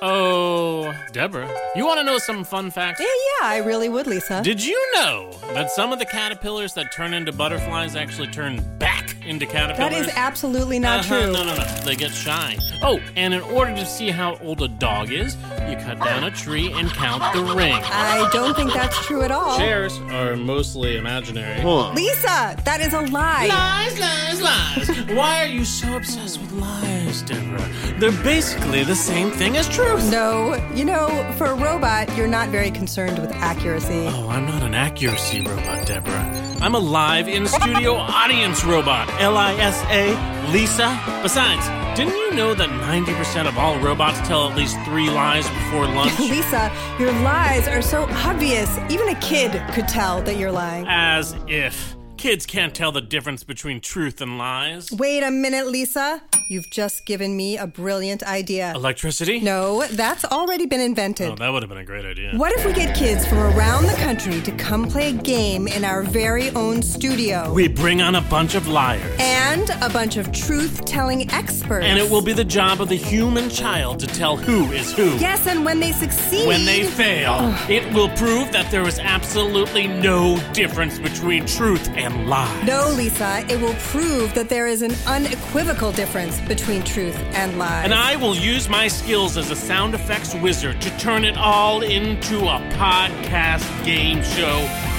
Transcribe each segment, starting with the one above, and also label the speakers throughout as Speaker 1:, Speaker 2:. Speaker 1: Oh, Deborah, you want to know some fun facts?
Speaker 2: Yeah, yeah, I really would, Lisa.
Speaker 1: Did you know that some of the caterpillars that turn into butterflies actually turn back into caterpillars?
Speaker 2: that is absolutely not
Speaker 1: Uh-huh,
Speaker 2: true.
Speaker 1: No, no, no. They get shy. Oh, and in order to see how old a dog is, you cut down a tree and count the ring.
Speaker 2: I don't think that's true at all.
Speaker 1: Chairs are mostly imaginary.
Speaker 2: Lisa, that is a lie.
Speaker 1: Lies, lies, lies. Why are you so obsessed with lies, Deborah? They're basically the same thing as truth.
Speaker 2: No, you know, for a robot, you're not very concerned with accuracy.
Speaker 1: Oh, I'm not an accuracy robot, Deborah. I'm a live in studio audience robot. L I S A, Lisa. Besides, didn't you know that 90% of all robots tell at least three lies before lunch?
Speaker 2: Lisa, your lies are so obvious. Even a kid could tell that you're lying.
Speaker 1: As if. Kids can't tell the difference between truth and lies.
Speaker 2: Wait a minute, Lisa. You've just given me a brilliant idea.
Speaker 1: Electricity?
Speaker 2: No, that's already been invented.
Speaker 1: Oh, that would have been a great idea.
Speaker 2: What if we get kids from around the country to come play a game in our very own studio?
Speaker 1: We bring on a bunch of liars.
Speaker 2: and a bunch of truth telling experts.
Speaker 1: And it will be the job of the human child to tell who is who.
Speaker 2: Yes, and when they succeed.
Speaker 1: When they fail, it will prove that there is absolutely no difference between truth and lie.
Speaker 2: No, Lisa, it will prove that there is an unequivocal difference between truth and lies.
Speaker 1: And I will use my skills as a sound effects wizard to turn it all into a podcast game show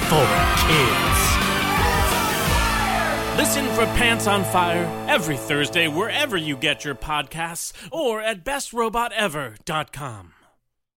Speaker 1: for kids. Listen for Pants on Fire every Thursday wherever you get your podcasts or at bestrobotever.com.